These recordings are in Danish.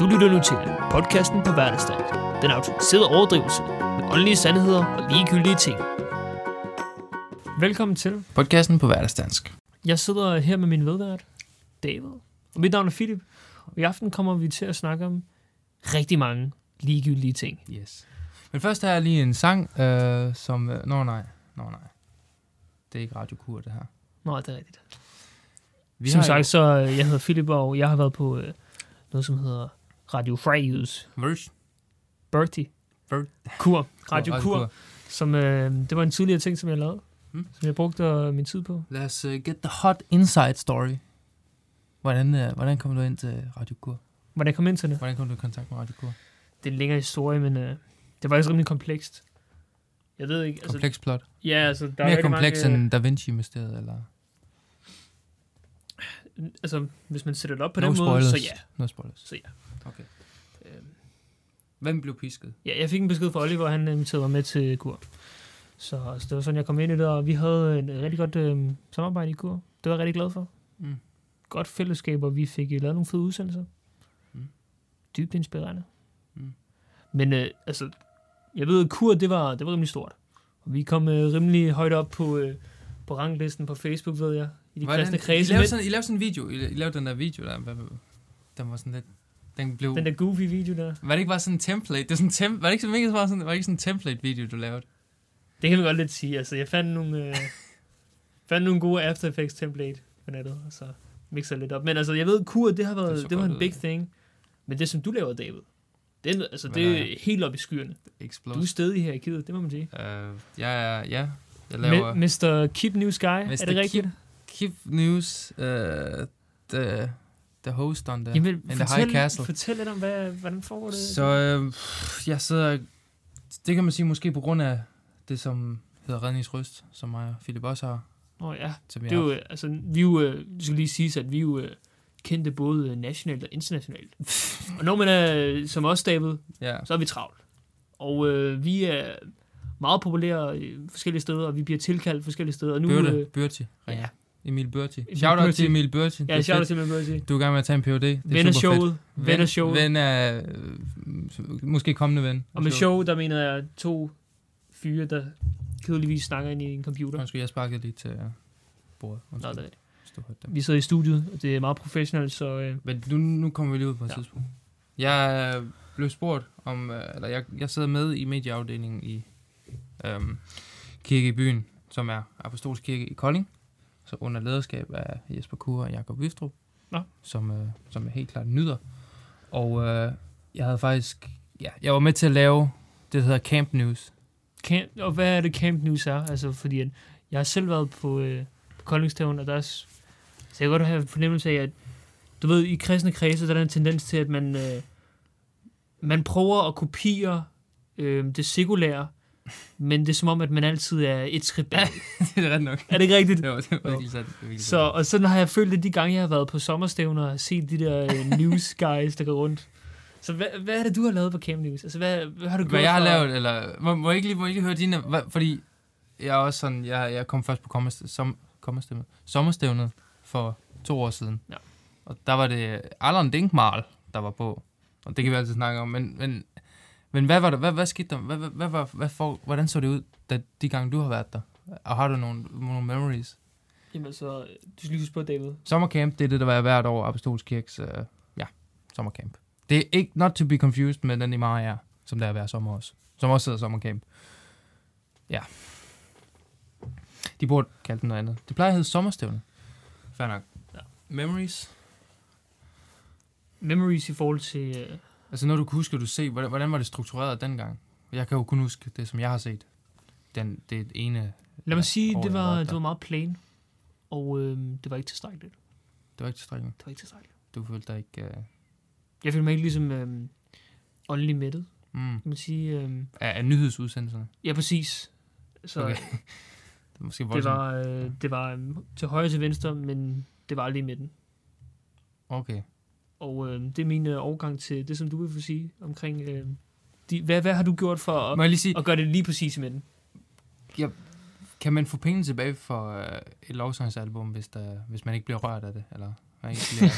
Du lytter nu til podcasten på hverdagsdag. Den autoriserede overdrivelse med åndelige sandheder og ligegyldige ting. Velkommen til. Podcasten på hverdagsdansk. Jeg sidder her med min vedvært, David. Og mit navn er Philip. Og i aften kommer vi til at snakke om rigtig mange ligegyldige ting. Yes. Men først har jeg lige en sang, øh, som... Øh, nå nej, nå nej. Det er ikke radiokur, det her. Nå, det er rigtigt. Vi som har sagt, så øh, jeg hedder Philip, og jeg har været på øh, noget, som hedder Radio Frejus jo- Verse. Bertie Bert- Kur. Radio Kur, som øh, det var en tidligere ting, som jeg lavede. Mm. Som jeg brugte øh, min tid på. Lad os uh, get the hot inside story. Hvordan, øh, hvordan kom du ind til Radio Kur? Hvordan jeg kom ind til det? Hvordan kom du i kontakt med Radio Kur? det er en længere historie, men øh, det var faktisk rimelig komplekst. Jeg ved ikke, altså... Kompleks plot. Ja, altså, der er Mere rigtig kompleks mange, end Da Vinci-mysteriet, eller... øh, Altså, hvis man sætter det op på No den spoilers. måde, så ja. No spoilers. Så ja. Okay. Øhm, Øh, Hvem blev pisket? ja, jeg fik en besked fra Oliver, han inviterede mig med til Kur. Så altså, det var sådan, jeg kom ind i det, og vi havde et rigtig godt øh, samarbejde i Kur. Det var jeg rigtig glad for. Mm. Godt fællesskab, og vi fik øh, lavet nogle fede udsendelser. Mm. Dybt inspirerende. Mm. Men øh, altså, jeg ved, at Kur, det var, det var rimelig stort. Og vi kom øh, rimelig højt op på, øh, på ranglisten på Facebook, ved jeg. I de kristne kredse. I lavede, Men sådan, I lavede sådan en video. I, I lavede den der video, der... hvad- Den var sådan lidt... Den blev... den der goofy video der. Var det ikke bare sådan en template? Det er sådan en tem- var det ikke sådan, var det sådan, var det ikke sådan en template-video, du lavede? Det kan vi godt lidt sige. Altså, jeg fandt nogle, øh, fandt nogle gode After Effects template på nettet, og så mixer lidt op. Men altså, jeg ved, kur, det har været, Det så det, det var godt en ud, big ja. thing. Men det, som du laver, David, det er, noget- altså, Hvad det laver er jeg? helt op i skyerne. Explode. Du er stedig her i kidet, det må man sige. Uh, ja, ja, ja. Jeg laver Me- Mr. Keep New Sky, er Mr. det rigtigt? Keep News, uh, the, the host on the... Jamen, the fortæl, High Castle. fortæl lidt om, hvad, hvordan foregår det? Så øh, jeg sidder... Det kan man sige måske på grund af det, som hedder redningsryst, som mig og Philip også har. Nå ja, Som det er jo, øh, altså, vi er jo, øh, det skal lige sige, at vi er jo øh, kendte både øh, nationalt og internationalt. og når man er øh, som os, David, Ja, så er vi travlt. Og øh, vi er meget populære øh, forskellige steder, og vi bliver tilkaldt forskellige steder. Og nu, øh, Byrte, Byrti. ja, Emil Byrti. Emil Shout out Byrti. til Emil Byrti. Det ja er shout out fedt. til mig, må jeg sige. Du er i gang med at tage en PhD. Det er Ven af super fedt. showet. Ven af showet. Ven af, øh, måske kommende ven. Og med show, der mener jeg to fyre, der kedeligvis snakker ind i en computer. Undskyld, jeg sparkede lige til øh, bordet. Nå, det er Undskyld, det. hvis du hørte det. Vi sidder i studiet, og det er meget professionelt, så øh, Men nu, nu kommer vi lige ud på et Ja. ja. tidspunkt. Jeg øh, blev spurgt om, øh, eller jeg, jeg sidder med i medieafdelingen i øhm, Kirke i Byen, som er Apostolsk Kirke i Kolding, så under lederskab af Jesper Kure og Jakob Vistrup, Nå. som, øh, som jeg helt klart nyder. Og øh, jeg havde faktisk, ja, jeg var med til at lave det, der hedder Camp News, camp, og hvad er det Camp News er? Altså, fordi at jeg har selv været på, øh, på Koldingstævn, og der er, s- så jeg kan godt have en fornemmelse af, at du ved, i kristne kredse, der er der en tendens til, at man, øh, man prøver at kopiere øh, det sekulære, men det er som om, at man altid er et skridt bag. det er ret nok. er det ikke rigtigt? Det var, det var Jo. virkelig sandt. Det var virkelig Så, og sådan har jeg følt det de gange, jeg har været på sommerstævner og set de der øh, news guys, der går rundt. Så hvad, hvad er det, du har lavet på Camp News? Altså, hvad, hvad har du sandt. gjort Hvad jeg har for- lavet, eller... Må, må jeg ikke lige, må jeg ikke lige høre dine... Hvad, fordi jeg er også sådan... Jeg, jeg kom først på kommers- som, kommerstævnet, sommerstævnet for to år siden. Ja. Og der var det Allan Dinkmarl, der var på. Og det kan vi altid snakke om. Men, men, men hvad var der? Hvad, hvad skete der? Hvad, hvad, hvad, hvad, hvad for, hvordan så det ud, da, de gange du har været der? Og har du nogle, nogle memories? Jamen, så øh, du skal lige huske på, David. Sommercamp, det er det, der er hvert år Apostolsk Kirkes, øh, ja, sommercamp. Det er ikke not to be confused med den i maj er, som der er hver sommer også. Som også hedder sommercamp. Ja. De burde kalde den noget andet. Det plejer at hedde sommerstævne. Fair nok. Ja. Memories. Memories i forhold til... Øh, Altså når du kan huske, at du se, hvordan, hvordan var det struktureret dengang? Jeg kan jo kun huske det, som jeg har set. Den, det ene, Lad mig Ja, sige, året, det jeg var, var der. det var meget plain, og øhm, det var ikke tilstrækkeligt. det var ikke tilstrækkeligt. Det var ikke tilstrækkeligt. Du følte dig ikke... Øh, Jeg følte mig ikke ligesom øhm, åndelig mættet, mm, kan man sige. Øhm, af, af nyhedsudsendelserne. ja, præcis. Så Okay. okay. Det er måske det voldsomt. var, øh, det var øhm, til højre og til venstre, men det var aldrig i midten. Okay. Og øhm, det er min øh, overgang til det, som du vil få sige omkring... Øhm, de, hvad, hvad har du gjort for at, Må jeg lige sige, at gøre det lige præcis i midten? Kan man få penge tilbage for øh, et lovsangsalbum, hvis, der, hvis man ikke bliver rørt af det? Eller man ikke bliver...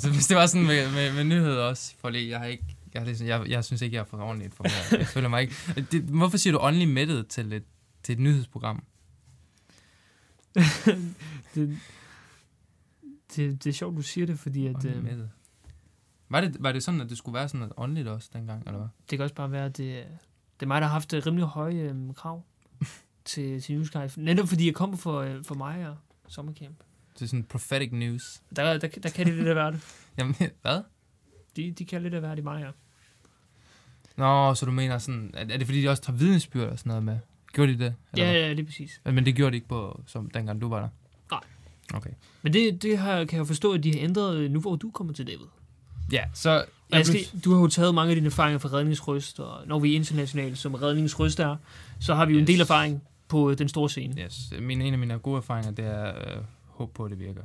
Så hvis det var sådan med, med, med nyheder også, for lige, jeg har ikke, jeg, har ligesom, jeg, jeg synes ikke, jeg har fået ordentligt informeret. Jeg føler mig ikke. Det, hvorfor siger du åndelig mættet til et, til et nyhedsprogram? det, det, det er sjovt, du siger det, fordi at, Åndelig øh, mættet. Var det, var det sådan, at det skulle være sådan noget åndeligt også dengang, eller hvad? det kan også bare være, at det, er- det er mig, der har haft øh, rimelig høje øh, krav til, til Newsguy. Netop fordi jeg kommer for, øh, for mig og sommercamp. Det er sådan prophetic news. Der, der, der kan de lidt af hvert. Jamen, hvad? De, de kan lidt af hvert i mig, ja. Nå, så du mener sådan, er, er det fordi, de også tager vidensbyrd og sådan noget med? Gjorde de det? eller Ja, hvad? ja, ja, lige præcis. Men det gjorde de ikke på, som dengang du var der? Nej. Okay. Men det, det har, kan jeg jo forstå, at de har ændret øh, nu, hvor du kommer til David. Ja, så... Jeg skal, du har jo taget mange af dine erfaringer fra redningsrøst, og når vi er internationale, som redningsrøst er, så har vi jo en Yes. del erfaring på øh, den store scene. Yes, min, en af mine gode erfaringer, det er øh, håb på, at det virker.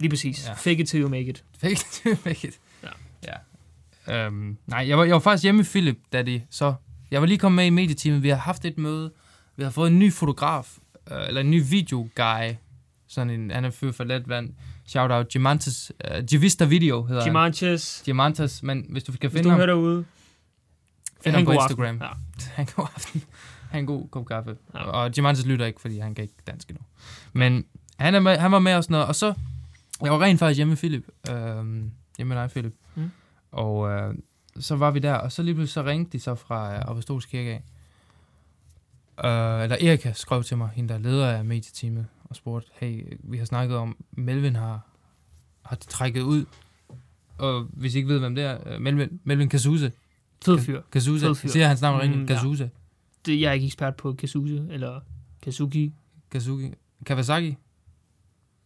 Lige præcis. Ja. Ja. Fake it till you make it. Fake it, till you make it. Ja. ja. Øhm, nej, jeg var, jeg var faktisk hjemme med Philip, da de så... Jeg var lige kommet med i medietimen. Vi har haft et møde. Vi har fået en ny fotograf, øh, eller en ny videoguy. Sådan en, han er fyr fra Letland. Shout out, Gimantas, øh, Givista Video hedder han. Gimanches, Gimantas, men hvis du kan hvis finde du ham, hører derude, han find ham på god Instagram. aften. Ja. Han god aften. Han en god kop kaffe. Ja. Og Jimantis lytter ikke, fordi han kan ikke dansk endnu. Men han, er med, han var med og sådan noget. Og så, jeg var rent faktisk hjemme med Philip. Øhm, hjemme med dig, Philip. Mm. Og øh, så var vi der, og så lige pludselig så ringte de så fra øh, Apostolsk Kirke af. Øh, eller Erika skrev til mig, hende der er leder af medieteamet, og spurgte, hey, vi har snakket om, Melvin har, har trækket ud. Og hvis I ikke ved, hvem det er, øh, Melvin, Melvin Kasuse. Fed fyr. Kasuse. Fed fyr. Siger hans navn rigtigt? Mm, ja. Kasuse. Det, jeg er ikke ekspert på Kazuse, eller Kazuki. Kazuki. Kawasaki?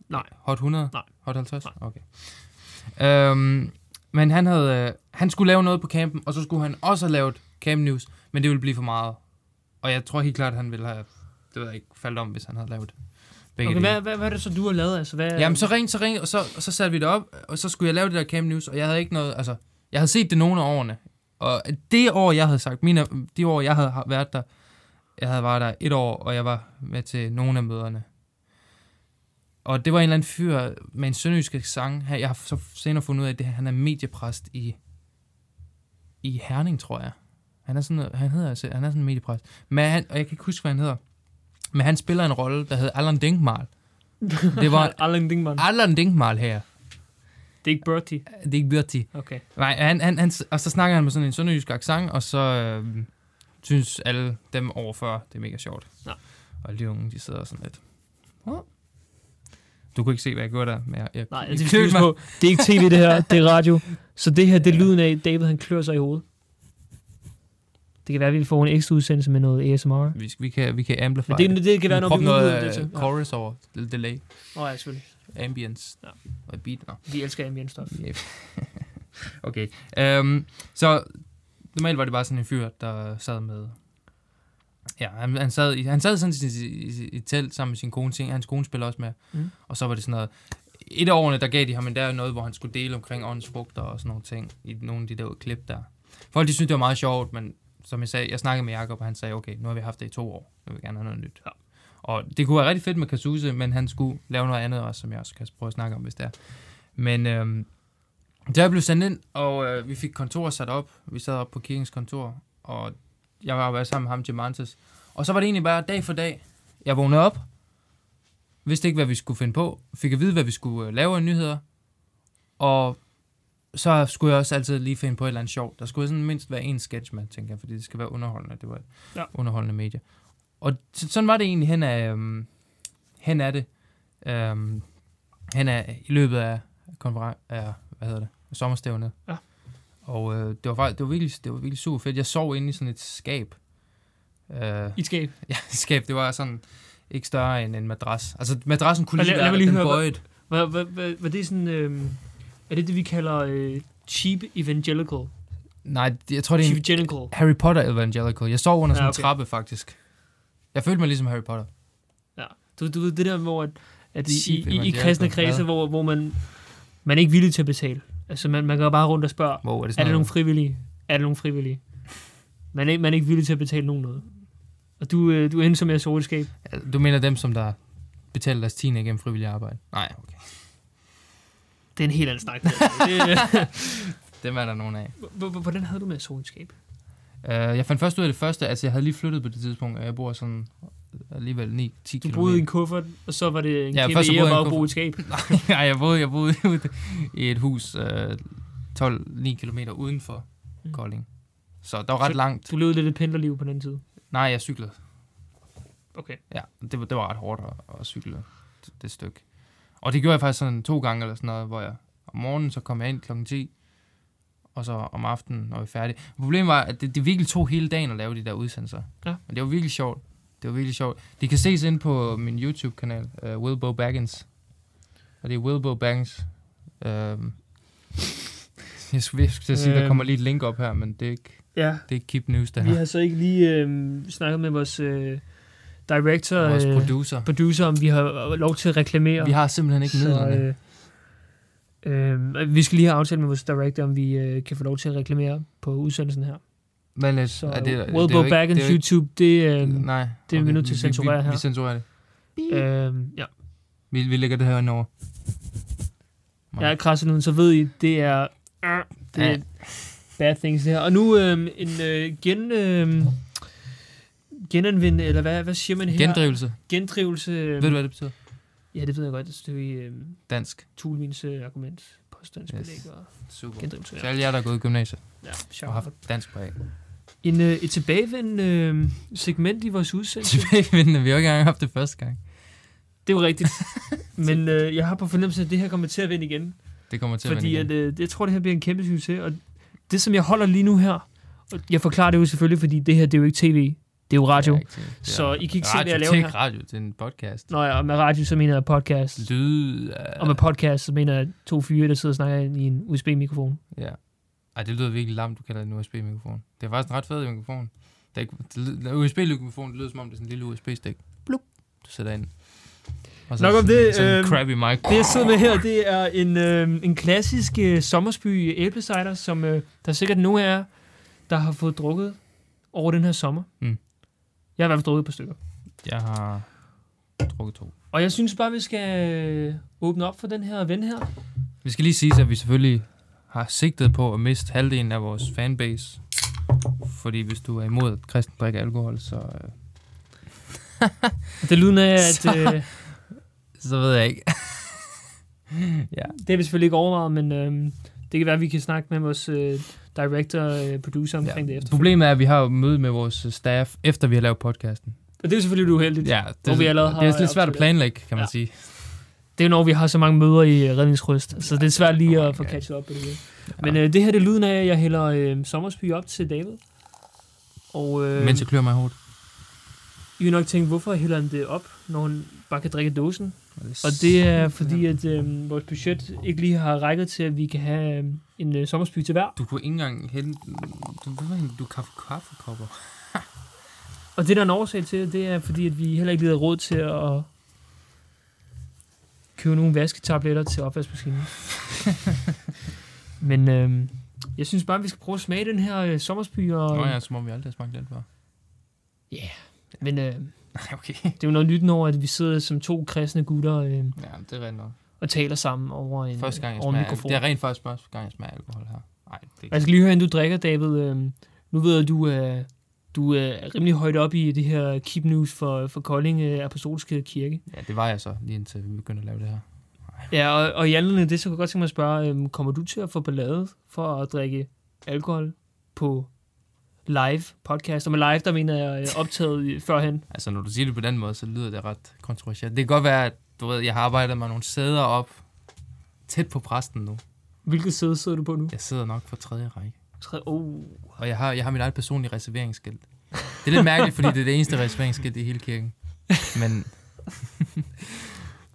Nej. Hot 100? Nej. Hot 50? Nej. Okay. Øhm, men han, havde, øh, han skulle lave noget på campen, og så skulle han også have lavet Camp News, men det ville blive for meget. Og jeg tror helt klart, han ville have, det ved jeg ikke, faldet om, hvis han havde lavet begge Okay, dele. hvad, hvad, hvad er det så, du har lavet? Altså, hvad, Jamen, så ring, så ring, og så, og så satte vi det op, og så skulle jeg lave det der Camp News, og jeg havde ikke noget, altså, jeg havde set det nogle af årene, og det år, jeg havde sagt, mine, de år, jeg havde været der, jeg havde været der et år, og jeg var med til nogle af møderne. Og det var en eller anden fyr med en sønderjysk sang. Jeg har så senere fundet ud af, at det, han er mediepræst i, i Herning, tror jeg. Han er sådan, han hedder, altså- han er sådan en mediepræst. Men han, og jeg kan ikke huske, hvad han hedder. Men han spiller en rolle, der hedder Allan Denkmal. Det var Allan Dingman. Allan Denkmal her. Det er ikke Bertie. Det er ikke Birti. Okay. Nej, han, han, han, og så snakker han med sådan en sønderjysk accent, og så øh, synes alle dem over 40, det er mega sjovt. Nå. Og de unge, de sidder sådan lidt. "Hå?" Du kunne ikke se, hvad jeg gjorde der, men jeg, jeg, Nej, jeg altså, det, kløede er på. det er ikke tv, det her. Det er radio. Så det her, det er lyden af, at David han klør sig i hovedet. Det kan være, at vi får en ekstra udsendelse med noget ASMR. Vi, vi, kan, vi kan amplify Men det, det kan være, når vi vi udvider noget det til. øh, chorus over, del- delay, Åh, oh, ja, selvfølgelig. ambience Ja. og beat. Nå. Vi elsker ambient stof. Yep. okay. Um, så normalt var det bare sådan en fyr, der sad med... Ja, han, han, sad, i, han sad sådan i, i, i et telt sammen med sin kone. Ting, hans kone spiller også med. Mm. Og så var det sådan noget... Et af årene, der gav de ham en der noget, hvor han skulle dele omkring åndsfrugter og sådan nogle ting i nogle af de der klip der. Folk, de syntes, det var meget sjovt, men som jeg sagde, jeg snakkede med Jacob, og han sagde, okay, nu har vi haft det i to år. Nu vil vi gerne have noget nyt. Ja. Og det kunne være rigtig fedt med Kasuse, men han skulle lave noget andet også, som jeg også kan prøve at snakke om, hvis det er. Men øhm, da jeg blev sendt ind, og øh, vi fik kontoret sat op, vi sad op på kirkens kontor, og jeg var bare sammen med ham, Jamantes. Og så var det egentlig bare dag for dag, jeg vågnede op, vidste ikke, hvad vi skulle finde på, fik at vide, hvad vi skulle øh, lave af nyheder, og så skulle jeg også altid lige finde på et eller andet sjovt. Der skulle sådan mindst være en sketch med, tænker jeg, fordi det skal være underholdende. Det var et Ja. ja. underholdende medie. Og så, sådan var det egentlig hen af, øhm, hen af det. Øhm, hen af, i løbet af, konferen- af hvad hedder det, sommerstævnet. Ja. Og øh, det var faktisk, det var, virkelig, det var virkelig super fedt. Jeg sov inde i sådan et skab. Øh, I et skab. Ja, skab, det var sådan ikke større end en madras. Altså, madrassen kunne Og lige lad- være lad mig lige den høre, hvad- bøjet. Var, var, var, var det sådan... Øh, er det det, vi kalder øh, cheap evangelical? Nej, det- jeg tror, det er Cheap en evangelical. Harry Potter evangelical. Jeg sov under Ja, sådan en okay. trappe, faktisk. Jeg følte mig ligesom Harry Potter. Du, du ved det der, hvor at, at i, Cheap i, i, i evangelical, kristne hvad? kredse, hvor, hvor man, man er ikke villig til at betale. Altså, man, man går bare rundt og spørger, Wow, er det er sådan der nogen noget? frivillige? Er der nogen frivillige? Man er, ikke- man er ikke villig til at betale nogen noget. Og du, øh, du er inde som jeg så skab. Ja, Du mener dem, som der betaler deres tiende gennem frivillig arbejde? Nej, okay. det er en helt anden snak. det der. Det, Dem er der nogen af. H- h- Hvordan havde du med Soulscape? Uh, jeg fandt først ud af det første, altså jeg havde lige flyttet på det tidspunkt, og jeg bor sådan alligevel 9-10 Du km. boede i en kuffert, og så var det en Ja, ja, kæmpe først så boede ære jeg i en bare at kuffert. bruge et skab. Nej, jeg boede, jeg boede ude i et hus øh, 12-9 km uden for Mm. Kolding. Så der var ret Så- langt. Du levede lidt et pendlerliv på den tid. Nej, jeg cyklede. Okay. Ja, det, var- det var ret hårdt at, at cykle det, det stykke. Og det gjorde jeg faktisk sådan to gange eller sådan noget, hvor jeg om morgenen så kom jeg ind klokken 10, og så om aftenen, når vi er færdige. Problemet var, at det, det virkelig tog hele dagen at lave de der udsendelser. Ja. Men det var virkelig sjovt. Det var virkelig sjovt. Det kan ses ind på min YouTube-kanal, uh, Wilbo Baggins. Og det er Wilbo Baggins. Uh, jeg skulle, jeg skulle til at sige, der Øhm. kommer lige et link op her, men det er ikke, Ja, det er ikke Keep News, det vi her. har så ikke lige øh, snakket med vores øh, director, Vores øh, producer. producer, om vi har lov til at reklamere. Vi har simpelthen ikke midlerne. Så, øh, øh, vi skal lige have aftalt med vores director, om vi øh, kan få lov til at reklamere på udsendelsen her. Men øh, Så er det, det er Wilbo jo ikke- Baggins det er jo ikke- YouTube, det er... Øh, Nej, det er vi nødt til at censurere vi, her. Vi censurerer det. Mm. øh, ja. Vi, vi lægger det her indover. Jeg er krasset nu, så ved I, det er... Øh, det er Ja. bad things, det her. Og nu øh, en øh, gen... Øh, genanvende, eller hvad, hvad siger man her? Gendrivelse. Gendrivelse. Øh, Ved du, hvad det betyder? Ja, det ved jeg godt. Det er jo i øh, Dansk. Tulvins øh, argument, påstandsbelæg Yes. yes. og Super. gendrivelse. Så Ja, alle jer, der er gået i gymnasiet ja og har sjovt. haft dansk på A. En, øh, et tilbagevendende øh, segment i vores udsendelse. Tilbagevendende, vi har jo ikke engang haft det første gang. Det er jo rigtigt. Men øh, jeg har på fornemmelse, at det her kommer til at vinde igen. Det kommer til Fordi at at, vende øh, jeg tror, det her bliver en kæmpe succes. Og det, som jeg holder lige nu her, og jeg forklarer det jo selvfølgelig, fordi det her, det er jo ikke tv, det er jo radio. Ja, Ja, ikke til- det er- så I kan ikke se, radio, hvad jeg laver det er her. ikke radio, det er en podcast. Nå ja, og med radio, så mener jeg podcast. Lyd øh, Og er... med podcast, så mener jeg to fyre, der sidder og snakker ind i en USB-mikrofon. Ja. Ej, det lyder virkelig lamt, du kalder det en USB-mikrofon. Det er faktisk en ret fed mikrofon. Det er ikke, det lyder- USB-mikrofon, det lyder som om, det er sådan en lille USB-stik. Blup, du sætter ind. Og Nok om sådan, det, Sådan en øhm, crappy mic. Det, jeg sidder med her, det er en, øh, en klassisk øh, sommersby æblecider, som øh, der er sikkert nogen af jer, der har fået drukket over den her sommer. Mm. Jeg har i hvert fald drukket et par stykker. Jeg har drukket to. Og jeg synes bare, vi skal øh, åbne op for den her ven her. Vi skal lige sige, at vi selvfølgelig har sigtet på at miste halvdelen af vores fanbase. Fordi hvis du er imod, at kristen drikker alkohol, så, øh, Og det lyder af, at øh, så ved jeg ikke. ja. det har vi selvfølgelig ikke overvejet, men øh, det kan være, at vi kan snakke med vores øh, director og øh, producer omkring ja. det efter. Problemet er, at vi har jo møde med vores øh, staff, efter vi har lavet podcasten. Og det er selvfølgelig lidt uheldigt. Ja. Ja, det, Hvor vi allerede det er har lidt svært at optaget. planlægge, kan man Ja. sige. Det er jo når vi har så mange møder i øh, redningsryst, så det er svært lige at få Ja. catchet op på det. hele. Men øh, det her det er lyden af, at jeg hælder øh, Sommersby op til David. Og øh, Mens jeg klør mig i hovedet. I vil nok tænke, hvorfor hælder han det op, når han bare kan drikke dåsen? Og det er fordi, at øh, vores budget ikke lige har rækket til, at vi kan have øh, en øh, sommersby til hver. Du kunne ikke engang hente... Du, du, du kaffe, kaffekopper. Og det, der er en årsag til, det er fordi, at vi heller ikke lige havde råd til at købe nogle vasketabletter til opvaskemaskinen. Men øhm, jeg synes bare, at vi skal prøve at smage den her øh, sommersby. Og, Nå ja, som om vi aldrig har smagt den før. Men øh, Nej, okay. det er jo noget nyt over, at vi sidder som to kristne gutter øh, Ja, det er rent nok. og taler sammen over en, Første gang, jeg over en smager, mikrofon. det er rent faktisk første gang, jeg smager alkohol her. Nej, det er Jeg skal lige høre, inden du drikker, David. Øh, nu ved jeg, at du er, du øh, er rimelig højt op i det her Keep News for, for Kolding øh, Apostolske Kirke. Ja, det var jeg så, lige indtil vi begyndte at lave det her. Ja, og, og i anledning af det, så kunne jeg godt tænke mig at spørge, øhm, kommer du til at få ballade for at drikke alkohol på live podcast? Og med live, der mener jeg øh, optaget i- førhen. Altså, når du siger det på den måde, så lyder det ret kontroversielt. Det kan godt være, at du ved, jeg har arbejdet mig nogle sæder op tæt på præsten nu. Hvilket sæde sidder du på nu? Jeg sidder nok på tredje række. Tre, oh. Og jeg har, jeg har mit eget personlige reserveringsskilt. Det er lidt mærkeligt, fordi det er det eneste reserveringsskilt i hele kirken. Men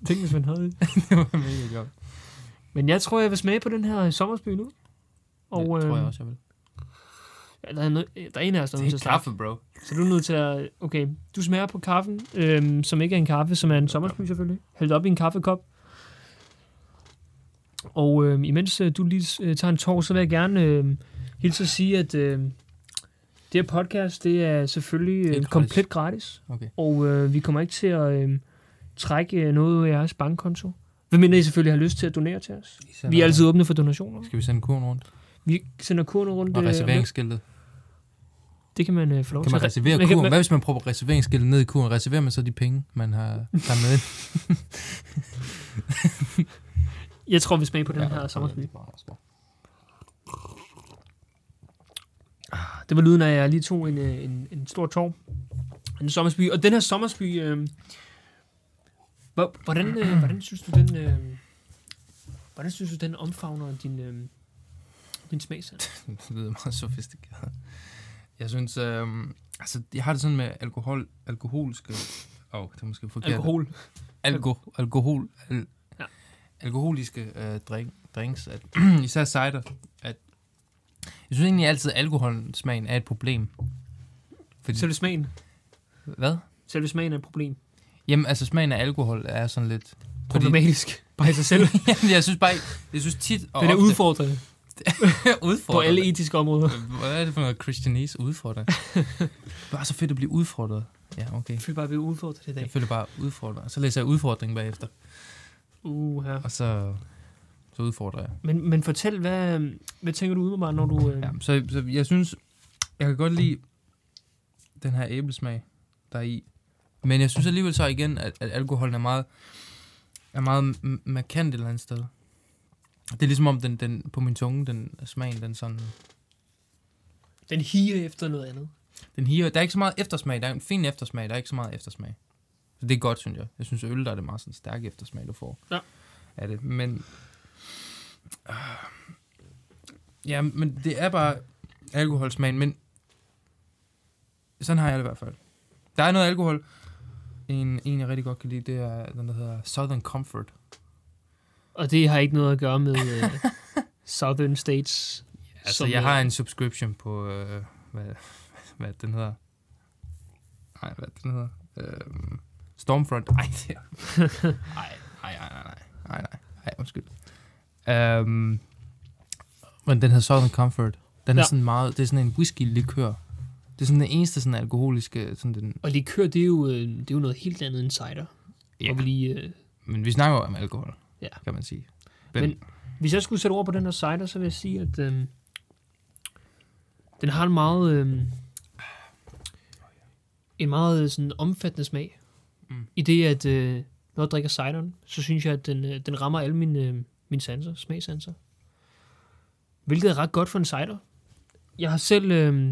Tænk, hvis man havde det. det var mega godt. Men jeg tror, jeg vil smage på den her sommersby nu. Og, det tror jeg øhm, også, jeg vil. Ja, der, er nød, der er en af os, der er nødt Det til er at starte. kaffe, bro. Så du er nødt til at... Okay, du smager på kaffen, øhm, som ikke er en kaffe, som er en sommersby selvfølgelig. Hældt op i en kaffekop. Og øhm, imens øh, du lige øh, tager en tår, så vil jeg gerne øhm, hilse at sige, at øhm, det her podcast, det er selvfølgelig Det øh, er gratis. komplet gratis. Okay. øhm, Og øh, vi kommer ikke til at øh, trække øh, noget ud af jeres bankkonto. Hvad mindre I selvfølgelig har lyst til at donere til os. Især Vi er altid åbne for donationer. Skal vi sende kurven rundt? Vi sender kurven rundt. Og øh, om lidt. reserveringsskiltet. Det kan man øh, få lov Kan man til. reservere man kan- kurven? man- Hvad hvis man prøver reserveringsskiltet ned i kurven? Reserverer man så de penge, man har taget med? ind? Jeg tror, vi smager på den Ja, her sommersby. det er meget smart. Det var lyden af, at jeg lige tog en, øh, en, en stor tår. En sommersby. Og den her sommersby... Øh, hvor- hvordan, øh, hvordan synes du, den... Øh, hvordan synes du, den omfavner din, øh, din øh, smagsand? Det lyder meget sofistikeret. Jeg synes, øh, altså, jeg har det sådan med alkohol, alkoholiske... Åh, oh, det er måske forkert. Alkohol. Alko, alkohol, al, Ja. ja. alkoholiske øh, drink, drinks, at, især cider, at jeg synes egentlig altid, at alkoholsmagen er et problem. Fordi, Selve smagen. hvad? Selve smagen er et problem. Jamen, altså smagen af alkohol er sådan lidt... Fordi, Problematisk. Bare i sig selv. Jamen, jeg synes bare, ikke- jeg synes tit og Den er ofte- udfordrende på udfordrende. alle etiske områder. Hvad er det for noget christianese udfordret? bare så fedt at blive udfordret. Ja, okay. Jeg føler bare, at vi er udfordret i dag. Jeg føler bare udfordret. Så læser jeg udfordring bagefter, Uh, her. og så, så udfordrer jeg. Men, men fortæl, hvad, øh, hvad tænker du umiddelbart, når du... Øh, Ja, så, så jeg synes, jeg kan godt lide den her æblesmag, der er i. Men jeg synes alligevel så igen, at, at alkoholen er meget, er meget m- markant et eller andet sted. Det er ligesom om, den, den på min tunge, den smagen, den sådan... Den higer efter noget andet. Den higer, der er ikke så meget eftersmag, der er en fin eftersmag, der er ikke så meget eftersmag. Så det er godt, synes jeg. Jeg synes, at øl, der er det meget sådan stærk eftersmag, du får. Ja. Af det. Men, øh, ja, men det er bare alkoholsmagen, men sådan har jeg det i hvert fald. Der er noget alkohol. En, en jeg rigtig godt kan lide, det er den, der hedder Southern Comfort. Og det har ikke noget at gøre med øh, Southern States. Altså, som, jeg øh, har en subscription på, øh, hvad, hvad den hedder. Nej, hvad den hedder. Øh, Stormfront. Ej, det er... Ej, nej, nej, nej, nej. Nej, nej. Ej, undskyld. Øhm, men den hedder Southern Comfort. Den ja. Ja. er sådan meget... Det er sådan en whisky-likør. Det er sådan den eneste sådan alkoholiske... Sådan den, Og likør, det er jo, øh, det er jo noget helt andet end cider. Ja. Og vi, lige, øh, Men vi snakker jo om alkohol, Ja. kan man sige. hvis jeg skulle sætte ord på den her cider, så vil jeg sige, at øh, den har en meget, øh, en meget øh, sådan omfattende smag. Mm. Mm. I det, at øh, når jeg drikker cideren, så synes jeg, at den, øh, den rammer alle mine, øh, mine sanser, smagsanser. Hvilket er ret godt for en cider. Jeg har selv øh,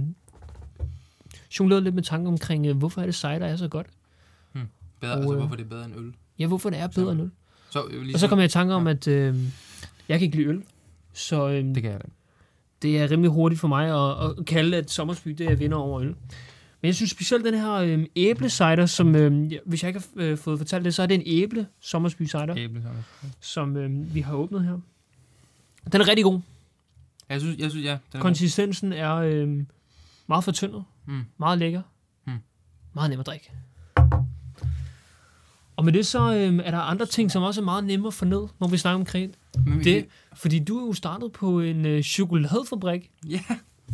jongleret lidt med tanker omkring, øh, hvorfor er det cider er så godt. Bedre, altså, Og, øh, det er bedre end øl? Ja, hvorfor det er bedre end øl. Så, øh, Og så kom jeg i tanke om, at øh, jeg kan ikke lide øl. Så øh, Det kan jeg da. det er rimelig hurtigt for mig at, at kalde, at Sommersby det er vinder over øl. Men jeg synes specielt den her øh, æblecider, som øh, jeg- hvis jeg ikke har øh, fået fortalt det, så er det en æble Sommersby cider, Æble, sådan. som øh, vi har åbnet her. Den er rigtig god. Jeg synes, jeg synes, ja. Den er god. Konsistensen er øh, meget fortyndet, Mm. meget lækker, Mm. meget nem at drikke. Og med det så øh, er der andre ting, som også er meget nemmere at få ned, når vi snakker omkring Men vi- det. Fordi du er jo startet på en øh, chokoladefabrik, Ja.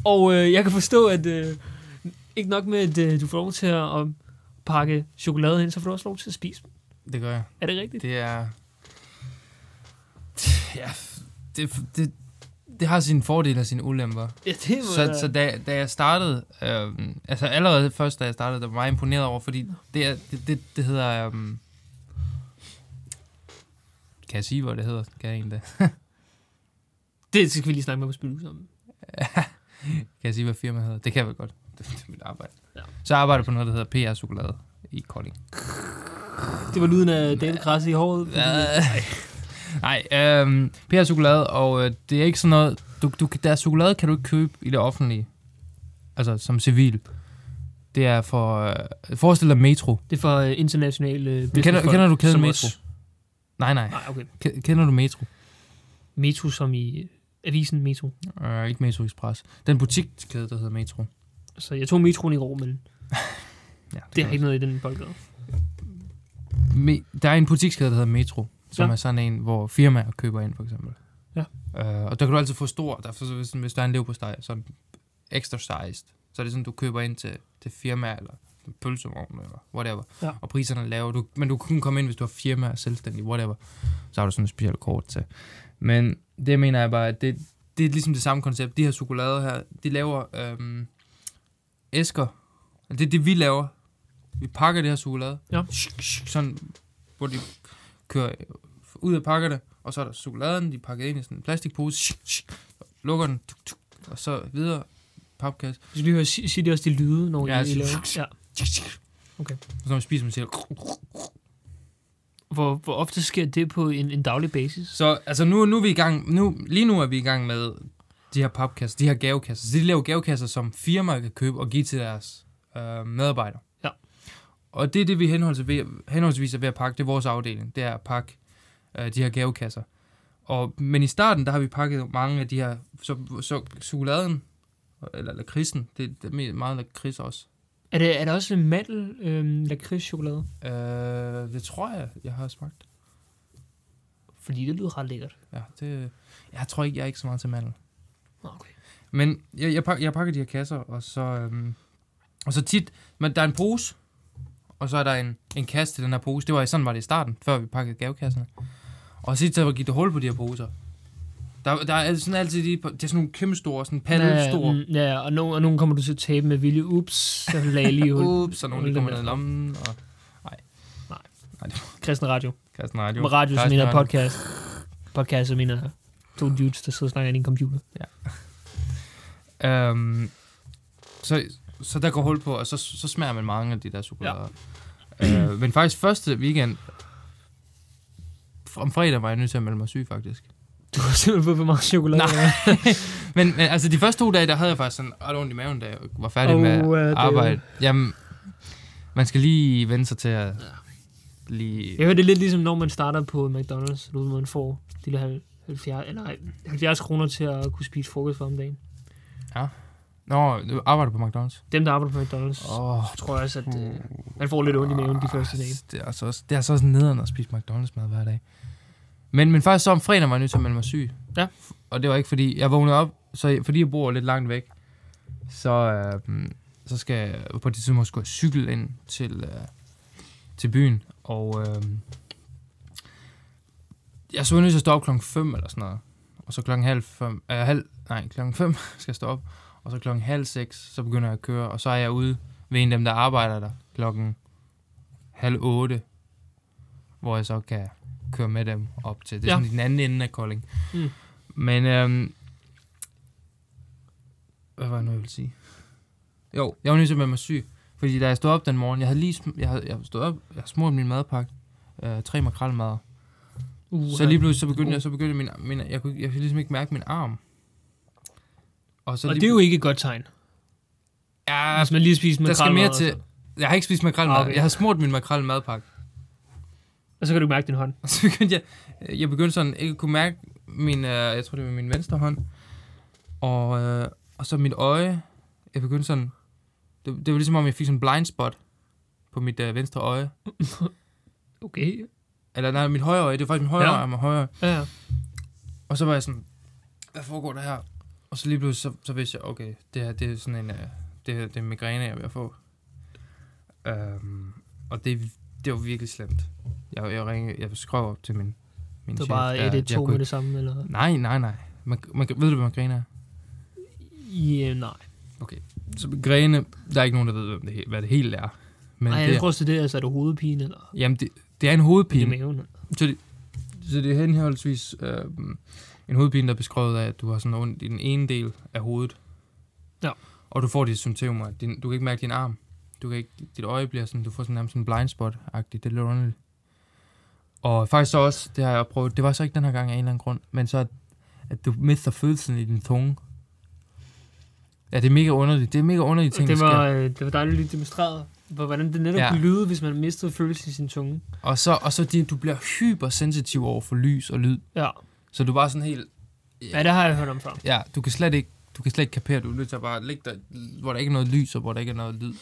og øh, jeg kan forstå, at øh, ikke nok med, at øh, du får lov til at at pakke chokolade ind, så får du også lov til at spise dem. Det gør jeg. Er det rigtigt? Det er... Ja, det, det, det har sine fordele og sine ulemper. Ja, det må Så, jeg- så da, da jeg startede, øh, altså allerede først, da jeg startede, der var jeg meget imponeret over, fordi det, er, det, det, det hedder... Øh, kan jeg sige, hvor det hedder? Kan jeg egentlig det? det skal vi lige snakke med på spil om. Kan jeg sige, hvad firmaet hedder? Det kan jeg vel godt. Det, det er mit arbejde. Ja. Ja. Så jeg arbejder på noget, der hedder PR Chokolade i Kolding. Det var lyden af David Krasse i håret. Ja. Øh, Nej, øhm, Per chokolade, og øh, det er ikke sådan noget... Du, du, kan- der er chokolade kan du ikke købe i det offentlige. Altså, som civil. Det er for... Øh, forestil dig Metro. Det er for øh, internationale øh, Kender, businessfolk, kender du kæden som Metro? os. Nej, nej. Nej, okay. Ke- Kender du Metro? Metro som i øh, avisen Metro. Øh, ikke Metro Express. Den butikskæde, der hedder Metro. Så jeg tog metroen i går, men Ja, det er kan ikke noget i den boldgade. Me- der er en butikskæde, der hedder Metro, som Ja. ja. er sådan en, hvor firmaer køber ind, for eksempel. Ja. Øh, og der kan du altid få stor, der, for, hvis, hvis der er en leverpostej, så er den extra sized. Så er det sådan, du køber ind til, til firmaer eller pølsevogn eller whatever. Ja. Og priserne er lave, du, men du kan kun komme ind, hvis du har firma, er selvstændig, whatever. Så har du sådan et specielt kort til. Men det mener jeg bare, at det, det er ligesom det samme koncept. De her chokolader her, de laver øhm, æsker. Altså, Det er det, vi laver. Vi pakker det her chokolade. Ja. Sådan, hvor de kører ud af pakkerne, og så er der chokoladen, de pakker ind i sådan en plastikpose, lukker den, tuk, tuk, og så videre, papkasse, Så vi hører, sig sig det også de lyde, når Ja, ja, I, I altså- laver. Ja. og så når man spiser, man siger, Hvor, hvor ofte sker det på en, en daglig basis? så altså nu, nu er vi i gang, nu, lige nu er vi i gang med de her papkasser, de her gavekasser, så de laver gavekasser, som firmaer kan købe og give til deres øh, medarbejdere. Ja. Og det er det, vi henholdsvis, ved, henholdsvis er ved at pakke, det er vores afdeling, det er at pakke øh, de her gavekasser. Og, men i starten, der har vi pakket mange af de her, så, så chokoladen, eller lakridsen, det, det er me- meget lakrids også, Er det, er der også en mandel øhm, lakridschokolade? Øh, det tror jeg, jeg har smagt. Fordi det lyder ret lækkert. Ja, det, jeg tror ikke, jeg er ikke så meget til mandel. Nå, Okay. Men jeg, jeg, pak, jeg pakker de her kasser, og så, øhm, og så tit, men der er en pose, og så er der en, en kasse til den her pose. Det var sådan var det i starten, før vi pakkede gavekasserne. Og sidst så gik det hul på de her poser. Der, der er al- sådan altid de, det er sådan nogle kæmpe store, sådan Ja, pandestore. mm, ja, og nogen, og nogen kommer du til at tabe med vilje. Ups, så lagde jeg lige hul. Ups, og nogen de hul kommer den ned i der. lommen, og nej. Nej. Nej, det var Kristen Radio. Karsten Radio. Med radio, som Karsten mener podcast. Podcast, som mener to dudes, der sidder og snakker ind i en computer. Øhm, så, så der går hul på, og så, så smager man mange af de der chokolader. Ja. Øh, men faktisk første weekend, om fredag var jeg nødt til at melde mig syg, faktisk. Du har simpelthen fået for meget chokolade. Nej. Men, men altså, de første to dage, der havde jeg faktisk sådan ret ondt i maven, da jeg var færdig oh, Åh, med ja, det er at jo- arbejde. Jamen, man skal lige vende sig til at lige... Jeg hører, det er lidt ligesom, når man starter på McDonald's. Du ved, man får de der halv- 70, eller nej, 70 kroner til at kunne spise frokost for om dagen. Nå, du arbejder på McDonald's. Dem, der arbejder på McDonald's, oh. Åh, oh, tror jeg også, at øh, man får lidt ondt i maven de første dage. Det er altså også, det er altså også nederen at spise McDonald's-mad hver dag. Men, men faktisk så om fredag var jeg nødt til at melde mig syg. Ja. Og det var ikke fordi, jeg vågnede op, så jeg- fordi jeg bor lidt langt væk, så, øh, så skal jeg på det tidspunkt skulle jeg cykle ind til, øh, til byen. Og øh, jeg så nødt til at stå op klokken 5 eller sådan noget. Og så klokken halv fem, øh, halv, nej, klokken 5 skal jeg stå op. Og så klokken halv seks, så begynder jeg at køre, og så er jeg ude ved en af dem, der arbejder der klokken halv otte, hvor jeg så kan køre med dem op til. Det er Ja. ja. sådan i den anden ende af Kolding. Mm. Men, øhm, hvad var det nu, jeg ville sige? Jo, jeg var nødt til at melde mig syg. Fordi da jeg stod op den morgen, jeg havde lige sm- jeg havde, jeg stod op, jeg havde smurt min madpakke, øh, tre makrelmadder. Uh, Så lige pludselig så begyndte jeg, så begyndte min, min jeg, kunne, jeg kunne ligesom ikke mærke min arm. så og lige det er jo ikke et godt tegn, Ja, hvis man lige spiser med der skal mere til. Jeg har ikke spist makrelmad. Ah, okay. Jeg har smurt min makrelmadpakke. Og så kan du mærke din hånd. Og så begyndte jeg, øh, jeg begyndte sådan, jeg kunne mærke min, øh, jeg tror det var min venstre hånd, og, øh, og så mit øje, jeg begyndte sådan, det, det var ligesom om jeg fik sådan en blind spot på mit øh, venstre øje, Okay. eller nej, mit højre øje, det var faktisk mit højre Ja. ja. arm og højre, øje. Ja, ja. og så var jeg sådan, hvad foregår der her? Og så lige pludselig, så, så vidste jeg, okay, det her, det er sådan en, øh, det, her, det er en migræne, jeg er ved at få. Øhm, og det, det var virkelig slemt. Jeg, jeg ringede, jeg skrev op til min, min Det var chef. bare der, et at et jeg to kunne med det samme, eller? Nej, nej, nej. Man, man, ved du, hvad migræne er? Ja, nej. Så migræne, der er ikke nogen, der ved, hvem det, he- hvad det helt er. Men Men Ej, det, jeg er, tror også, det er, det, altså, er det hovedpine, eller jamen, det, det er en pine. i hovedpine. maven? eller? Så det, så det er henholdsvis øh, en hovedpine, der er beskrevet af, at du har sådan ondt i den ene del af hovedet. Ja. Og du får de symptomer. Din, du kan ikke mærke din arm. Du kan ikke, dit øje bliver sådan, du får sådan nærmest sådan en blind spot-agtigt. Det er lidt underligt. Og faktisk så også, det har jeg prøvet, det var så ikke den her gang af en eller anden grund, men så at, at du mister følelsen i din tunge. Ja, det er mega underligt. Det er mega underligt ting, Det der var, øh, det var dejligt lige demonstreret, hvor, hvordan det netop Ja. ja. kunne lyde, hvis man mistede følelsen i sin tunge. sker. Og så, og så det, du bliver hypersensitiv over for lys og lyd. Ja. Så du er bare sådan helt... ja, det har jeg hørt om før. Ja, du kan slet ikke, du kan slet ikke kapere, du er nødt til at bare ligge der, hvor der ikke er noget lys, og hvor der ikke er noget lyd. Mm.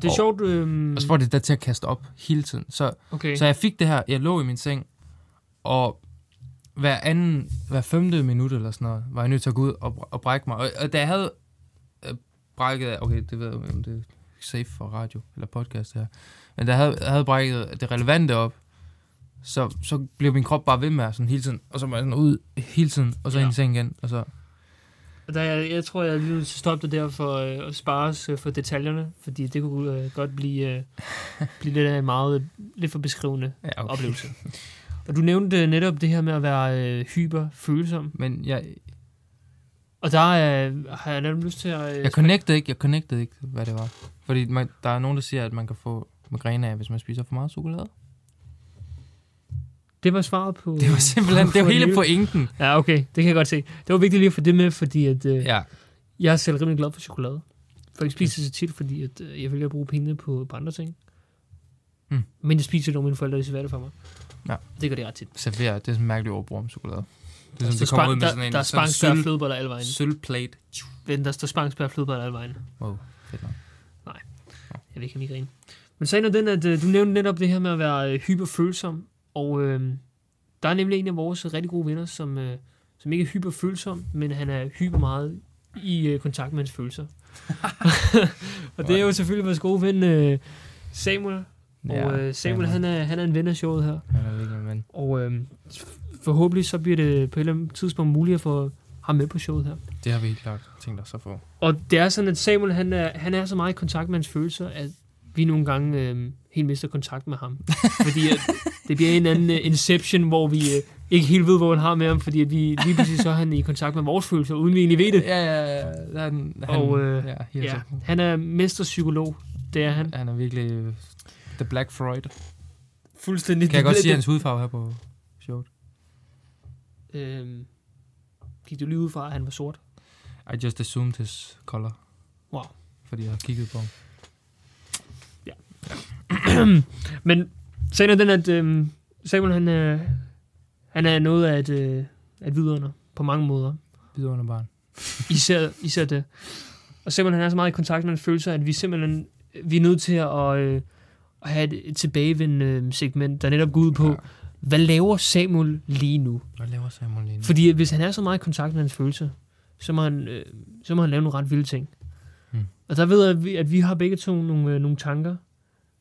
Det er Og- sjovt. Øhm, Og så får det der til at kaste op hele tiden. Så, okay. okay. så jeg fik det her, jeg lå i min seng, og hver anden, hver femte minut eller sådan noget, var jeg nødt til at gå ud og, br- og brække mig. Og, og da jeg havde øh, brækket, okay, det ved jeg jo, om det safe for radio eller podcast her. Men da jeg havde, jeg havde brækket det relevante op, så, så blev min krop bare ved med at sådan hele tiden. Og så var jeg sådan ud hele tiden, og så Ja. ja. ind i sengen igen. Og så, Og Der, jeg, jeg tror, jeg er lige nødt til at stoppe det der for øh, at spare os øh, for detaljerne, fordi det kunne øh, godt blive, øh, blive lidt af en meget, lidt for beskrivende ja, okay. oplevelse. Og du nævnte øh, netop det her med at være øh, hyperfølsom, Men jeg, og der øh, har jeg netop lyst til at... Øh, jeg connectede ikke, jeg connectede ikke, hvad det var. Fordi man, der er nogen, der siger, at man kan få migræne af, hvis man spiser for meget chokolade. det var svaret på... Det var simpelthen, det var hele pointen. Ja, okay, det kan jeg godt se. Det var vigtigt lige at få det med, fordi at, øh, Ja, jeg er selv rimelig glad for chokolade. For jeg spiser det så tit, fordi at, øh, jeg vælger at bruge pengene på, på andre ting. Mm. Men jeg spiser det, når mine forældre de serverer det for mig. Ja. Det gør det ret tit. servere, det er sådan et mærkeligt ordbrug om chokolade. Det er Der, sådan, står Ligesom det Altså, spang- kommer ud med sådan der, en der er sådan spangsbær sølv- flødeboller alle vejen. sølvplate. Vent, der står spangsbær flødeboller alle vejen. Wow, fedt nok. Jeg vil ikke have migræne. Men sagen er den, at øh, du nævnte netop det her med at være øh, hyperfølsom, og øh, der er nemlig en af vores rigtig gode venner, som, øh, som ikke er hyperfølsom, men han er hyper meget i øh, kontakt med hans følelser. og det er jo selvfølgelig vores gode ven øh, Samuel, og øh, Samuel han er, han er en ven af showet her, Han er virkelig en ven. og øh, forhåbentlig så bliver det på et eller andet tidspunkt muligt at få ham med på showet her. Det har vi helt klart tænkt os at få. Og det er sådan, at Samuel, han er, han er så meget i kontakt med hans følelser, at vi nogle gange øh, helt mister kontakt med ham. Fordi at det bliver en anden øh, inception, hvor vi øh, ikke helt ved, hvor han har med ham, fordi at vi lige præcis så er han i kontakt med vores følelser, uden vi egentlig ved det. Ja, ja, ja. Han, han, Og, øh, ja, helt Ja, ja. han er mesterpsykolog, det er han. han er virkelig øh, The Black Freud. Fuldstændig. Kan jeg godt sige hans hudfarve her på showet? Øh, gik du lige ud fra, at han var sort? I just assumed his color. Wow. Fordi jeg har kigget på ham. Men sagen er den, at øh, Samuel, han, øh, han er noget af et, øh, et vidunder på mange måder. Vidunderbarn. barn. Især, især det. Og simpelthen han er så meget i kontakt med hans følelser, at vi simpelthen vi er nødt til at, øh, at have et, et tilbagevendende øh, segment, der netop går ud på, ja. Ja. Mm. hvad laver Samuel lige nu? Hvad laver Samuel lige nu? Fordi at hvis han er så meget i kontakt med hans følelser, så må han, øh, så må han lave nogle ret vilde ting. Hmm. Og der ved jeg, at vi, at vi har begge to nogle, øh, nogle tanker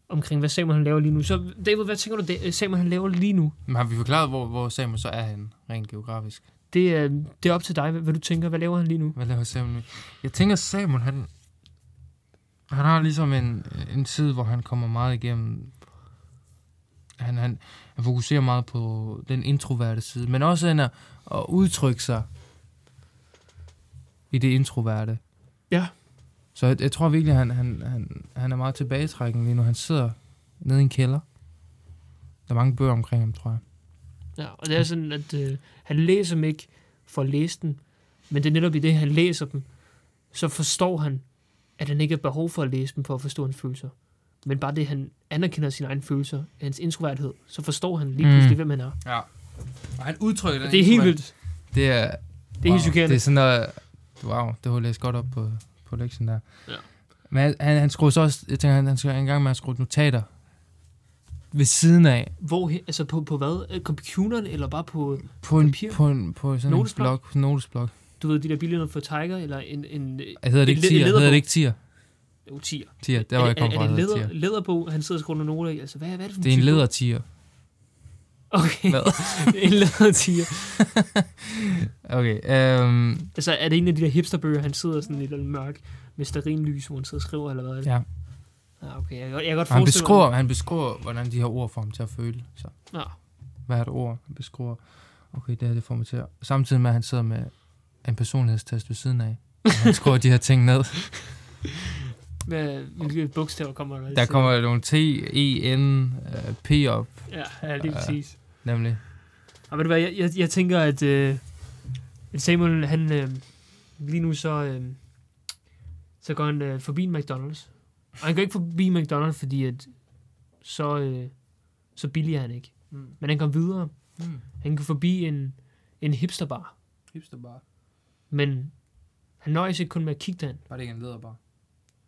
omkring, hvad Samuel han laver lige nu. Så David, hvad tænker du, da- Samuel han laver lige nu? Men har vi forklaret, hvor, hvor Samuel så er han rent geografisk? Det er, det er op til dig, hvad, hvad du tænker. Hvad laver han lige nu? Hvad laver Samuel? Jeg tænker, Samuel, han, han har ligesom en, en tid, hvor han kommer meget igennem. Han, han, han fokuserer meget på den introverte side, men også han er, at udtrykke sig i det introverte. Ja. Så jeg, jeg tror virkelig, han, han, han, han er meget tilbagetrækkende lige nu. Han sidder nede i en kælder. Der er mange bøger omkring ham, tror jeg. Ja, og det er sådan, at øh, han læser dem ikke for at læse dem, men det er netop i det, han læser dem, så forstår han, at han ikke har behov for at læse dem for at forstå hans følelser. Men bare det, han anerkender sine egne følelser, hans introverthed, så forstår han lige Mm. pludselig, hvem han er. Ja. Og han udtrykker Det er helt vildt. Det er, Det er helt chokerende. Det er sådan noget, wow, det har jeg læst godt op på, på lektien der. Ja. Men han, han, han skruer så også, jeg tænker, han, han skal i gang med at skrue notater ved siden af, Hvor, he- altså på, på hvad? Øh, Computeren, eller bare på, på en, Papir? på en, på sådan Notesblok? en blok, notesblok. du ved, de der billeder for Tiger, eller en, en øh, Jeg hedder det En ikke le- en tier, hedder læderbog? det ikke tier? jo, tier. Tier, der er, var det- jeg kom er, fra, er det en hedder tier. leder, lederbog, han sidder og skriver nogle noter i? Altså, hvad, hvad er det for Det er en type bog? ledertier. Okay, Hvad? en leder tier. Okay, øhm, Altså, er det en af de der hipsterbøger, han sidder sådan i den mørk med stearinlys, hvor han sidder og skriver, eller hvad? er det? ja. Ja, okay, jeg, kan godt- jeg kan godt Og han, forestille beskriver, han beskriver, hvordan de her ord får ham til at føle sig. Ja. hvert ord beskriver, okay, det her det får mig til at... Samtidig med, at han sidder med en personlighedstest ved siden af, og han skriver de her ting ned. Hvad, hvilke bogstaver kommer der? Der kommer nogle T, E, N, øh, P op, Ja, ja lige Ja. præcis. nemlig. Og ved du hvad, jeg, jeg, jeg tænker, at, øh, at Samuel, han øh, lige nu så, øh, så går han øh, forbi en McDonald's. Og han går ikke forbi en McDonald's, fordi at, så, øh, så billig er han ikke. Mm. Men han kom videre. Mm. Han går forbi en, en hipsterbar. Hipsterbar. Men han nøjes ikke kun med at kigge derind. Var det ikke en lederbar?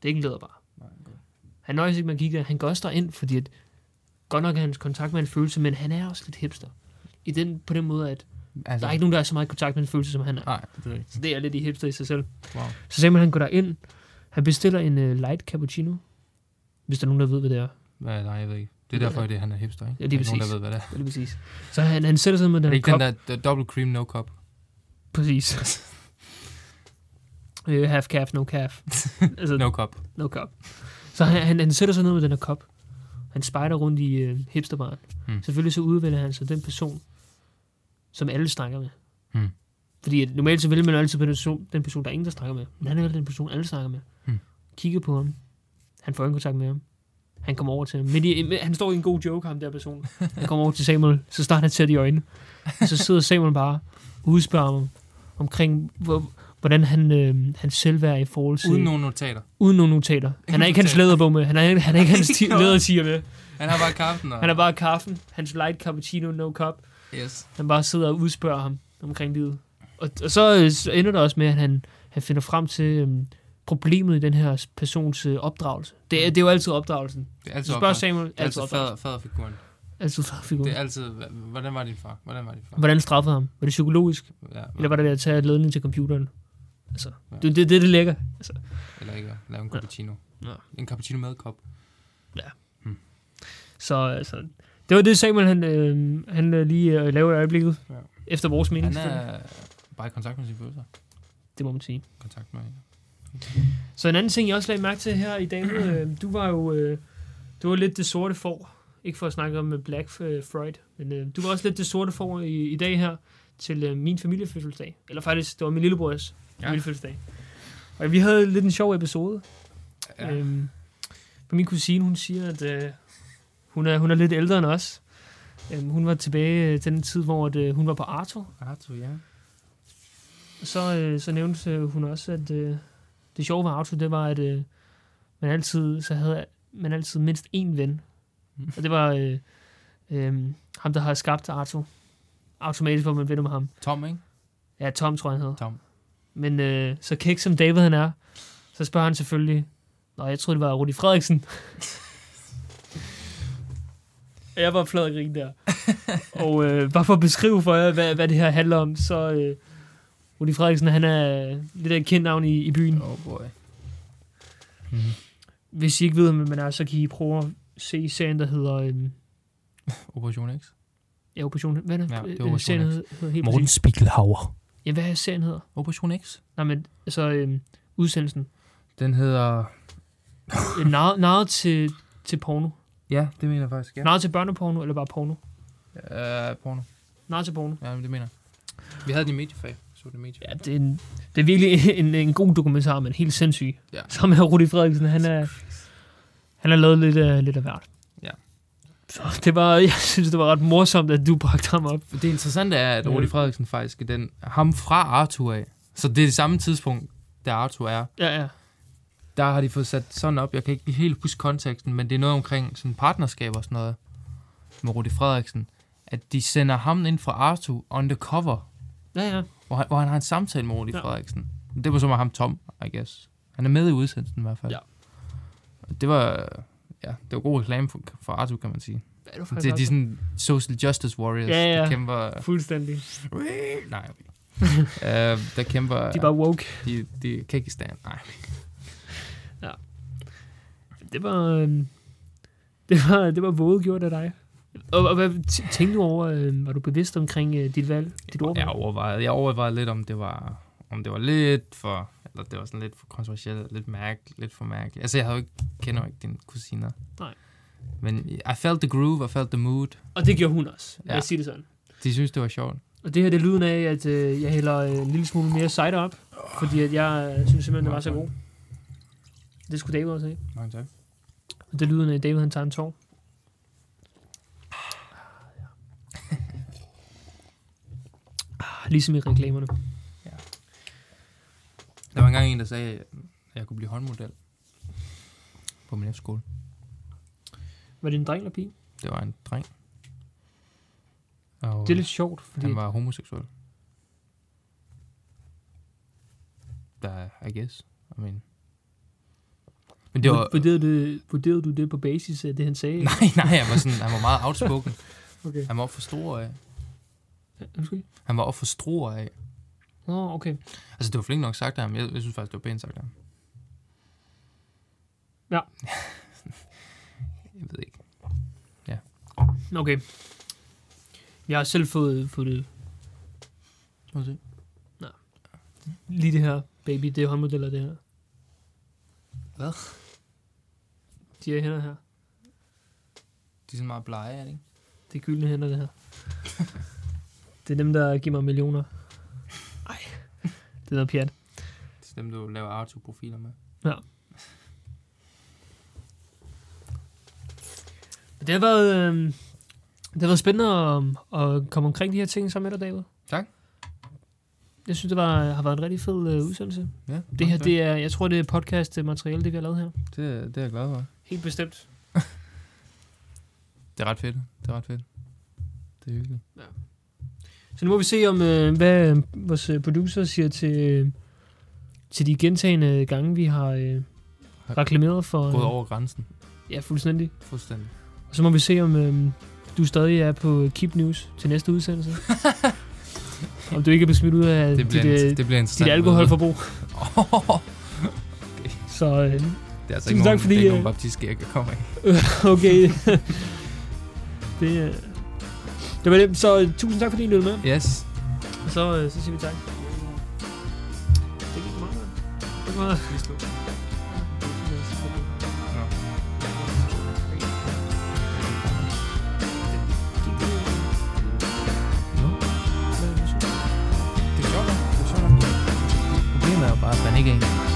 Det er ikke en læderbar. Nej, okay. Han nøjes ikke med at kigge der. Han går også derind, fordi at, godt nok er hans kontakt med en følelse, men han er også lidt hipster. I den, på den måde, at Altså, der er ikke nogen, der er så meget i kontakt med en følelse, som han er. Nej, det er rigtigt. Så det er lidt i hipster i sig selv. Wow. Så simpelthen han går derind. Han bestiller en uh, øh, light cappuccino hvis der er nogen, der ved, hvad det er. Hvad, nej, jeg ved ikke. Det er derfor, det, han er hipster, ikke? Ja, lige Der er ikke nogen, præcis. der ved, hvad det er. Ja, Lige præcis. Så han, han sætter sig med den Er det her ikke kop. den der, der double cream, no cup? Præcis. Øh, half calf, no calf. altså, No cup. No cup. Så han, han, han sætter sig ned med den her kop. Han spejder rundt i øh, hipsterbaren. Mm. Mm. Selvfølgelig så udvælger han så den person, som alle snakker med. Mm. Fordi at normalt så vælger man jo altid den person, den person, der er ingen, der snakker med. Men han er den person, alle snakker med. Mm. Kigger på ham. Han får øjenkontakt med ham. Han kommer over til ham. Midt i, han står i en god joke, ham der person. Han kommer over til Samuel. Så starter han til i øjnene. Så sidder Samuel bare og udspørger ham omkring, hvor, hvordan han, øh, han selv er i forhold til Uden nogen notater. uden nogen notater. Han har ikke hans notater. læderbog med. Han har ikke, han har ikke hans ti- Ikke noget. lædertiger med. Han har bare kaffen og... Han har bare kaffen. Hans light cappuccino, no cup. Yes. Han bare sidder og udspørger ham omkring livet. Og, og så, øh, så ender det også med, at han, han finder frem til øhm, problemet i den her persons øh, opdragelse. Det, er- det er jo altid opdragelsen. Det er Du altid spørger opdrag. Samuel, Mm. Det altid er Mm. altid opdragelsen. fader, faderfiguren. Altid Det faderfiguren. er altid, hva- hvordan var din far? Hvordan var din far? Hvordan straffede ham? Var det psykologisk? Ja, Eller var det ved at tage ledningen til computeren? Altså, Ja. det er det, det, det ligger. eller ikke at lave en cappuccino. Ja. En cappuccino med kop. Så altså, det var det, Samuel han, øh, han øh, lige øh, laver i øjeblikket. Ja. Ja. Efter vores mening. Han selvfølgelig. er bare i kontakt med sine følelser. Det må man sige. Kontakt med hende. Så en anden ting, jeg også lagde mærke til her i dag, øh, du var jo øh, du var lidt det sorte for. Ikke for at snakke om øh, Black øh, Freud, men øh, du var også lidt det sorte for i, i dag her til øh, min familiefødselsdag. Eller faktisk, det var min lillebrors Ja. ja. familiefødselsdag. Og vi havde lidt en sjov episode. Ja. Øhm, for min kusine, hun siger, at øh, hun, er, hun er lidt ældre end os. Øhm, hun var tilbage øh, til den tid, hvor at, øh, hun var på Arthur. Arthur, ja. Så, øh, så nævnte øh, hun også, at øh, det sjove ved Auto, det var, at øh, man altid så havde man altid mindst én ven. Mm. Og det var øh, øh, ham, der har skabt Auto. Automatisk var man venner med ham. Tom, ikke? Ja, Tom tror jeg, han hed. Tom. Men øh, så kæk som David han er, så spørger han selvfølgelig, Nå, jeg troede, det var Rudi Frederiksen. Og jeg var flad og grin der. og øh, bare for at beskrive for jer, hvad, hvad det her handler om, så øh, Rudi Frederiksen, han er lidt af et kendt navn i, i byen. Oh boy. Hvis I ikke ved, hvem man er, så kan I prøve at se serien, der hedder... Øh, Operation X. ja, Operation... Hvad er det? Ja, det er Øh, Operation serien X. hedder, hedder helt Morten præcis. Spiegelhauer. Ja, hvad er serien hedder? Operation X. Nej, men altså øh, udsendelsen. Den hedder... Øh, Narret narret til, til porno. Ja, det mener jeg faktisk, ja. Narret til børneporno, eller bare porno? Øh, porno. Nej til porno. Ja, men det mener jeg. Vi havde den i mediefag. Så det i mediefag. Ja, det er, en, det er virkelig en, en god dokumentar, men helt sindssyg. Ja. Som er Rudi Frederiksen, han er, han har lavet lidt, uh, lidt af hvert. Ja. Så det var, jeg synes, det var ret morsomt, at du bragte ham op. Det interessante er, at Ja. Ole Frederiksen faktisk er den, ham fra Arthur af. Så det er det samme tidspunkt, der Arthur er. Ja, ja. Der har de fået sat sådan op, jeg kan ikke helt huske konteksten, men det er noget omkring sådan partnerskab og sådan noget med Rudi Frederiksen. At de sender ham ind fra Arthur undercover, Ja, ja. hvor han, hvor han har en samtale med Rudi ja. Ja. Frederiksen. Det var så med ham Tom, I guess. Han er med i udsendelsen i hvert fald. Ja. Og Det var, ja, det var god reklame for, for Arthur, kan man sige. Ja, det var Det, faktisk de er ret sådan social justice warriors, Ja, ja. der kæmper... godt. Fuldstændig. Nej, okay. øh, der kæmper... De er bare woke. de, de kan ikke i stand. Nej. Det var, øh, det var, det var våget gjort af dig. Og, og hvad t- tænkte du over, øh, var du bevidst omkring øh, dit valg, dit ordvalg? Jeg overvejede, jeg overvejede lidt, om det var om det var lidt for, eller det var sådan lidt for kontroversielt, lidt mærkeligt, lidt for mærkeligt. Altså, jeg havde jo ikke, kender jo ikke dine kusiner. Nej. Men I felt the groove, I felt the mood. Og det gjorde hun også, lad Ja. os sige det sådan. De synes, det var sjovt. Og det her, det er lyden af, at øh, jeg hælder øh, en lille smule mere cider op, fordi at jeg øh, synes simpelthen, det var så god. Det skulle David også have. Mange tak. Og det er lyden af, at David han tager en tår. Ah, Ligesom i reklamerne. Der var engang en, der sagde, at jeg kunne blive håndmodel på min efterskole. Var det en dreng eller pige? Det var en dreng. Og Det er lidt sjovt, fordi... han var homoseksuel. Der, I guess. I mean. Men det var, Vurderede, det, vurderede du det på basis af det, han sagde? Nej, nej, han var, sådan, han var meget outspoken. Okay. Han var op for stor af. Ja, Undskyld? Han var op for stor af. Nå, okay. Altså, det var flink nok sagt af ham. Jeg, jeg synes faktisk, det var pænt sagt af ham. Ja. Jeg ved ikke. Okay. Jeg har selv fået, fået det, Må se. lige det her, baby. Det er håndmodeller, det her. Hvad? De her hænder her. De er sådan meget blege, er det ikke? Det er gyldne hænder, det her. det er dem, der giver mig millioner. Ej, det er noget pjat. Det er dem, du laver autoprofiler med. Men Det har været, øh, det har været spændende at, at komme omkring de her ting sammen med dig, David. Tak. Jeg synes, det var, har været en rigtig fed øh, udsendelse. Ja, Det her, det er, jeg tror, det er podcast-materiale, det vi har lavet her. det, det er jeg glad for. Helt bestemt. Det er ret fedt. Det er ret fedt. Det er hyggeligt. Så nu må vi se, om øh, hvad øh, vores øh, producer siger til, øh, til de gentagende gange, vi har øh, Har- reklameret for. Både over grænsen. Ja, fuldstændig. Fuldstændig. Og så må vi se, om øh, du stadig er på Keep News til næste udsendelse. om du ikke er besmidt ud af Det dit, bliver, en, øh, det bliver dit interessant. alkoholforbrug. Så øh, det er Tusind altså ikke tak, nogen, fordi, det er ikke øh, nogen baptist, jeg kan komme af. okay. det, øh, det var det. Så øh, tusind tak, fordi I lyttede med. Yes. Og så, øh, så siger vi tak. Det gik meget godt. Det gik meget Vi slår. Nå. Nå. Det er sjovt. nok. Det er sjovt. nok. Problemet er jo bare, at man ikke er en.